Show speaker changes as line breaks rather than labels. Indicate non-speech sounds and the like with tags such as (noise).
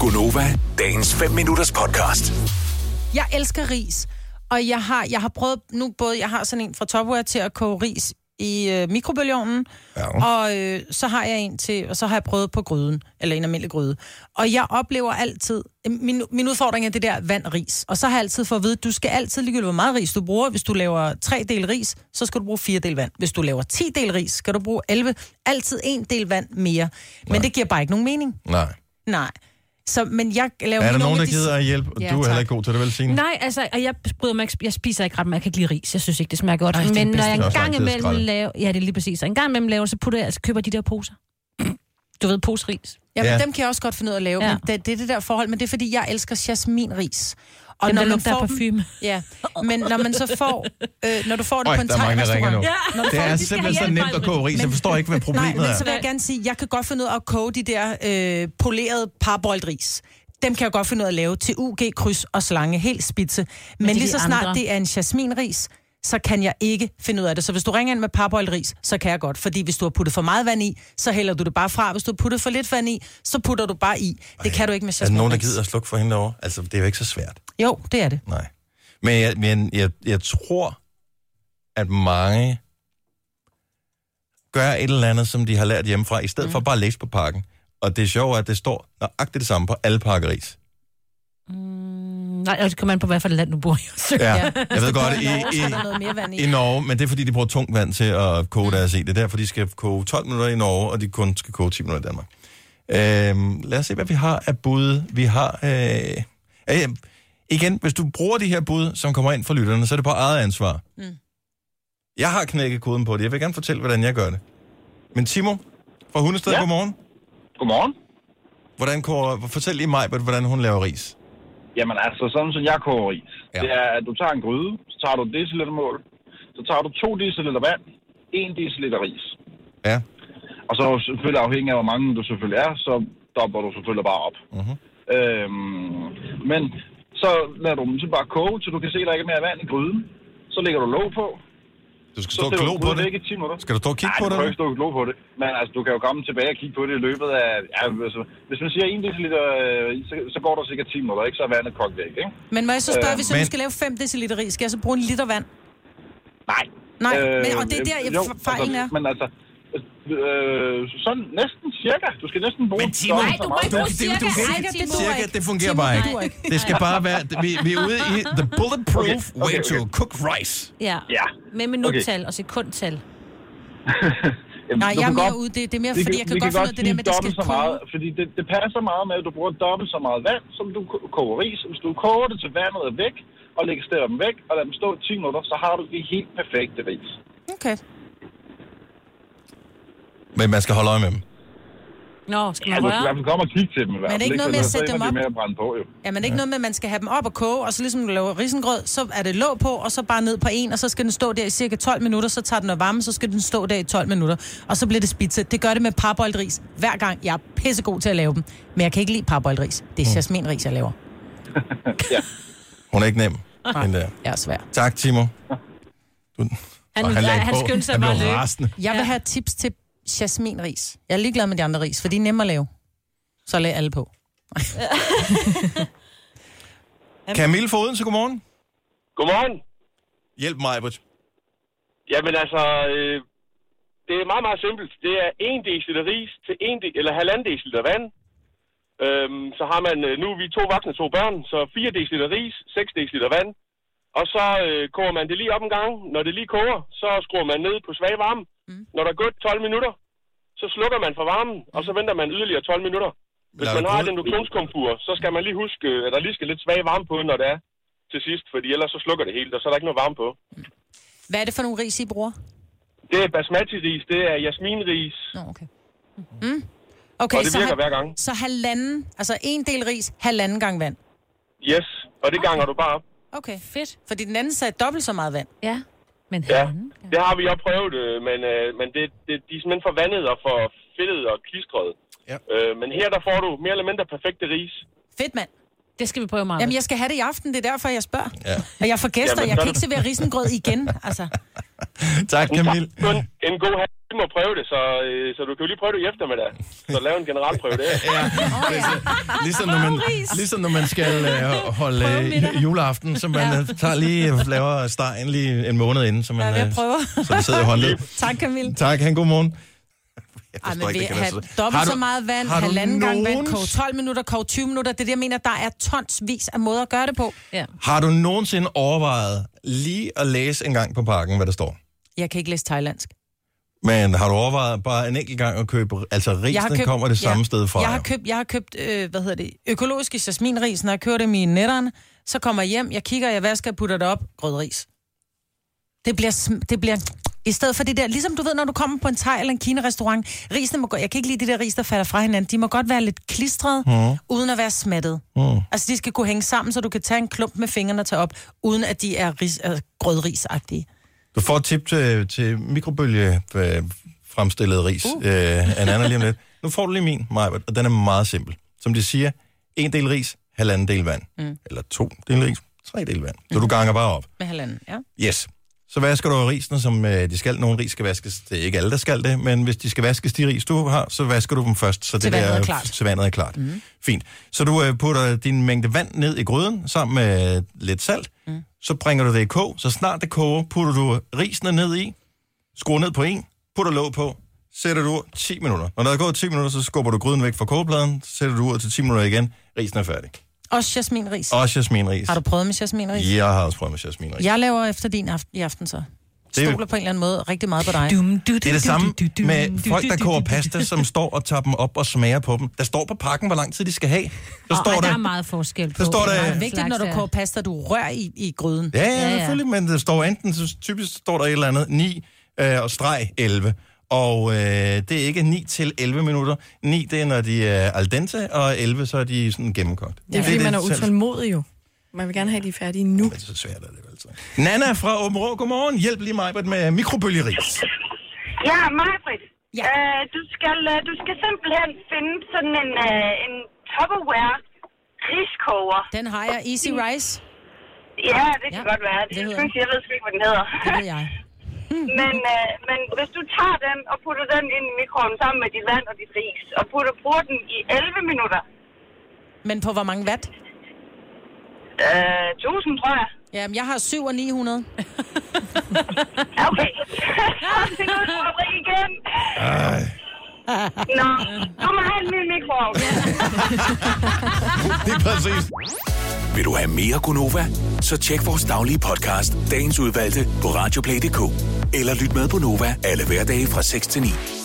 Gunova, dagens 5 minutters podcast.
Jeg elsker ris, og jeg har, jeg har prøvet nu både, jeg har sådan en fra Topware til at koge ris i øh, mikrobølgeovnen,
Ja.
og øh, så har jeg en til, og så har jeg prøvet på gryden, eller en almindelig gryde. Og jeg oplever altid, øh, min, min udfordring er det der vand ris, og så har jeg altid fået at vide, du skal altid ligegyldigt, hvor meget ris du bruger. Hvis du laver tre del ris, så skal du bruge fire del vand. Hvis du laver 10 del ris, skal du bruge 11, altid en del vand mere. Men det giver bare ikke nogen mening.
Nej.
Nej. Så, men jeg laver
Er der
mine
nogen,
ovne,
der
de-
gider at hjælpe? Ja,
Ja,
du er heller
tak.
ikke god til det, vel, Signe?
Nej, altså, og jeg bryder mig ikke, jeg spiser ikke ret meget, jeg kan ikke lide ris, jeg synes ikke, det smager godt.
Ej,
Ej,
det er
men
det
når
bedste.
Det er
jeg en
også
gang
lang tid at
imellem laver, ja, det er lige præcis, og en gang imellem laver, så putter jeg, altså, køber de der poser. Du ved, poseris.
Ja, men
Ja.
dem kan jeg også godt finde ud af at lave, ja.
Ja.
men det, det er det der forhold, men det er fordi, jeg elsker jasminris. Og
Og når der lugter af
får dem,
parfume.
ja, men når man så får, øh, når du får det
Øj,
på en
der er mange, der ringer nu.
thai-restaurant,
Ja.
Det er
Folk, de skal
simpelthen
have
så
hjælp,
nemt at koge ris. Jeg forstår ikke, hvad
(laughs) Nej,
problemet
men
er.
så vil jeg gerne sige, jeg kan godt finde ud af at koge de der øh, polerede parboiled ris. Dem kan jeg godt finde ud af at lave til UG, kryds og slange, helt spidse. Men,
det er
lige så
de
snart
andre.
det er en jasminris, så kan jeg ikke finde ud af det. Så hvis du ringer ind med parboiled ris, så kan jeg godt. Fordi hvis du har puttet for meget vand i, så hælder du det bare fra. Hvis du har puttet for lidt vand i, så putter du bare i. Det kan du ikke med
Er der
jasminris.
nogen, der gider at slukke for hende derovre? Altså, det er jo ikke så svært.
Jo, det er det.
Nej. Men jeg, men jeg, jeg tror, at mange gør et eller andet, som de har lært hjemmefra, i stedet mm. for bare at læse på pakken. Og det sjove er, at det står nøjagtigt det samme på alle pakker ris.
Mm, Nej, altså, kommer man på, hvad for et land du bor i. (laughs)
Ja,
Hvis
jeg ved
det
godt,
koger
i,
i Norge, så er der noget mere vand
i,
i.
i Norge, men det er fordi, de bruger tungt vand til at koge deres i. Det er derfor, de skal koge 12 minutter i Norge, og de kun skal koge 10 minutter i Danmark. Øhm, lad os se, hvad vi har af bud. Vi har... Øh, øh, igen, hvis du bruger de her bud, som kommer ind fra lytterne, så er det på eget ansvar. Mm. Jeg har knækket koden på det. Jeg vil gerne fortælle, hvordan jeg gør det. Men Timo fra Hundested, ja.
Ja.
godmorgen.
Godmorgen.
Hvordan koger, fortæl lige mig, hvordan hun laver ris.
Jamen altså, sådan som jeg koger ris,
Ja.
ja. det er, at du tager en gryde, så tager du et decilitermål, så tager du to deciliter vand, en deciliter ris.
Ja,
Og så selvfølgelig afhængig af, hvor mange du selvfølgelig er, så dopper du selvfølgelig bare op.
Mhm.
Øhm, men så lader du dem så bare koge, så du kan se, at der ikke er mere vand i gryden. Så lægger du låg på,
du skal
så
stå og
stiller
glo
du
på
gryden væk
det.
i 10 minutter.
Skal du stå og kigge
Ej,
på
du
det?
kan jo ikke stå og glo på det. Men altså, du kan jo komme tilbage og kigge på det i løbet af... Ja, altså, hvis man siger 1 deciliter, øh, så, så går der cirka 10 minutter, ikke? Så er vandet kogt væk, ikke?
Men må jeg så spørge,
Øh,
hvis jeg
men-
nu skal lave 5 deciliter ris, skal jeg så bruge en liter vand?
Nej. Øh,
Nej, men- og det er der, jeg- f- fejlen er.
Altså, men altså, øh, sådan næsten cirka. Du skal næsten bruge...
Men Timo,
dobbelt
Nej,
så
du må
meget
ikke bruge
vand.
cirka.
du kan
Ej,
ikke.
Timo.
Det duer
Cirka,
ikke.
det fungerer
Timo,
bare
det
ikke.
duer ikke.
Det skal bare være, vi, vi er ude i the bulletproof
Okay, okay,
way to
okay.
cook rice.
Ja.
Ja.
Med minuttal og sekundtal.
Jamen,
Nej,
du
jeg er
kan
mere
godt-
ude. Det, det er mere,
vi
fordi
kan-
jeg kan
vi
godt finde ud af det der
sige
med, at det skal
dobbelt så meget, fordi det, det passer meget med, at du bruger dobbelt så meget vand, som du ko- koger ris. Hvis du koger det til vandet er væk, og lægger stiller dem væk, og lader dem stå i 10 minutter, så har du det helt perfekte ris.
Okay.
Men man skal holde øje med dem.
Nå, skal
Ja,
man
du skal i hvert
røre?
fald komme og kigge til Altså, dem i hvert
Men er det
fald,
ikke noget
Så-
med at
så
sætte dem
ender de
op?
med at brænde på, jo.
Er man ikke noget med, at man skal have dem op og koge, og så ligesom du laver risengrød, så er det låg på, og så bare ned på en, og så skal den stå der i cirka 12 minutter, så tager den noget varme, så skal den stå der i 12 minutter, og så bliver det spidse. Det gør det med parboiled ris hver gang. Jeg er pissegod til at lave dem, men jeg kan ikke lide parboiled ris. Det er
Mm.
jasminris, jeg laver.
Hun er ikke nem. hende der.
Jeg er svær.
Tak, Timo. Du,
Han-
Ej,
ja,
lagde
han
på.
skyndte sig
han
bare
blev
at løbe.
rasende.
Jeg vil have tips til jasminris. Jeg er ligeglad med de andre ris, for de er nemme at lave. Så lag alle på.
Camille fra Odense, godmorgen.
Godmorgen.
Hjælp mig, Britt.
Jamen altså, øh, det er meget, meget simpelt. Det er 1 dl ris til 1 de, eller 1,5 dl vand. Øhm, så har man, øh, nu er vi to voksne og to børn, så 4 dl ris, 6 dl vand. Og så øh, koger man det lige op en gang. Når det lige koger, så skruer man ned på svag varme. Mm. Når der er gået 12 minutter, så slukker man for varmen, og så venter man yderligere 12 minutter. Hvis
Lader
man
du
har
gryde-
et induktionskomfur, så skal man lige huske, øh, at der lige skal lidt svag varme på, når det er til sidst, fordi ellers så slukker det helt, og så er der ikke noget varme på.
Hvad er det for nogle ris, I bruger?
Det er basmati-ris, det er jasminris,
Nå, okay. Mm. Okay,
og det
så,
virker
hal-
hver gang.
så halvanden, altså en del ris, halvanden gang vand.
Yes, og det ganger du bare op.
Okay.
Fedt.
Fordi den anden sagde dobbelt så meget vand.
Ja. Men
Ja,
han...
det har vi jo prøvet, øh, men, øh, men det, det, de er simpelthen for vandet og for fedtet og klistret.
Ja.
Øh, men her der får du mere eller mindre perfekte ris.
Fedt, mand.
Det skal vi prøve meget.
Jamen, jeg skal have det i aften, det er derfor, jeg spørger.
Ja.
Og jeg får gæster,
Jamen,
jeg
så
kan
er
ikke servere risengrød igen, altså.
Tak, Camille.
Kun en god hand. du må prøve det, så, øh, så du kan jo lige prøve det i eftermiddag. Så lave en generalprøve
(laughs)
der.
Ligesom når man, ligesom når man skal øh, holde øh, juleaften, så man øh, tager lige øh, laver stegen lige en måned inden, så man,
Ja, jeg
øh,
prøver.
så man sidder i
(laughs)
håndled.
Tak, Camille.
Tak, han god morgen. Jeg
Ej,
forstår
men vi
ikke, det kan være
har
så-
dobbelt
Har
så
du-
meget vand,
har du
halvanden gang vand,
nogens-
kog 12 minutter, kog 20 minutter. Det er det, jeg mener, der er tonsvis af måder at gøre det på.
Ja.
Har du nogensinde overvejet lige at læse en gang på pakken, hvad der står?
Jeg kan ikke læse thailandsk.
Men har du overvejet bare en enkelt gang at købe... Altså,
Jeg
risen købt, kommer det samme
ja,
sted fra.
Jeg har
jo.
købt, jeg har købt øh, hvad hedder det, økologiske jasminris, når jeg kører dem i netteren. Så kommer jeg hjem, jeg kigger, jeg vasker, jeg putter det op, grødris. Det bliver, sm- det bliver i stedet for det der, ligesom du ved, når du kommer på en thai eller en kina-restaurant, risene må gå, jeg kan ikke lide de der ris, der falder fra hinanden, de må godt være lidt klistrede, mm. uden at være smattet. Mm. Altså, de skal kunne hænge sammen, så du kan tage en klump med fingrene og tage op, uden at de er ris, øh, grødrisagtige.
Du får et tip til, til mikrobølge øh, fremstillet ris uh. øh, af Nana lige om lidt. Nu får du lige min, Majbert, og den er meget simpel. Som de siger, en del ris, halvanden del vand. Mm. Eller to del ris, tre del vand. Så du ganger bare op.
Med halvanden, ja.
Yes. Så vasker du risene, som øh, de skal. Nogle ris skal vaskes. Det er ikke alle, der skal det, men hvis de skal vaskes, de ris, du har, så vasker du dem først, så
Til
det
vandet
der,
er klart. Mhm.
Til vandet er klart. Mm. Fint. Så du øh, putter din mængde vand ned i gryden sammen med lidt salt.
Mhm.
Mm. Så bringer du det i kog. Så snart det koger, putter du risene ned i, skruer ned på en, putter låg på, sætter du ud 10 minutter. Når der er gået 10 minutter, så skubber du gryden væk fra kogepladen, så sætter du ud til 10 minutter igen, risen er færdig.
Også jasminris. Og...
Også jasminris.
Har du prøvet med jasminris?
Jeg har også prøvet med jasminris.
Jeg laver efter din aften, i aften så.
er jo-
Stoler på en eller anden måde rigtig meget på dig.
Dum, du,
Det er det samme med folk, der koger pasta, som står og tager dem op og smager på dem. Der står på pakken, hvor lang tid de skal have. Der står
der er
der...
meget forskel på.
Der står der-
hvor
Det er
meget
vigtigt,
slags
når du
der er.
koger pasta, du rører i, i gryden.
Ja,
Ja,
ja,
ja.
selvfølgelig, men der står enten, så typisk står der et eller andet, 9 øh, og streg 11. Og øh, det er ikke 9 til 11 minutter. 9, det er, når de er al dente, og 11, så er de sådan gennemkogt.
Det er fordi, man er
selv-
utålmodig jo. Man vil gerne have de er færdige nu.
Men så svært er det jo altid. Nana fra Åben Rå, godmorgen. Hjælp lige mig med mikrobølgeris.
Ja, Margrit. Ja. Øh, du, skal, øh, du skal simpelthen finde sådan en, øh, en Tupperware riskoger.
Den har jeg. Easy rice,
Ja, det
Ja,
kan ja, godt være.
det
Det, det
hedder
jeg, jeg ved sgu ikke, hvad den hedder.
det ved jeg.
(laughs) men, øh, men hvis du tager den og putter den ind i mikroen sammen med dit vand og dit ris, og putter, bruger den i 11 minutter,
Men på hvor mange watt?
øh, 1000 tror jeg.
Jamen, jeg har 7 og 900.
Ja, Okay. (laughs) det er noget, du igen.
Ej.
Nå, du må have en ny mikroovn.
Det er præcis.
Vil du have mere Gunova? Så tjek vores daglige podcast, dagens udvalgte, på radioplay.dk. Eller lyt med på Nova alle hverdage fra 6 til 9.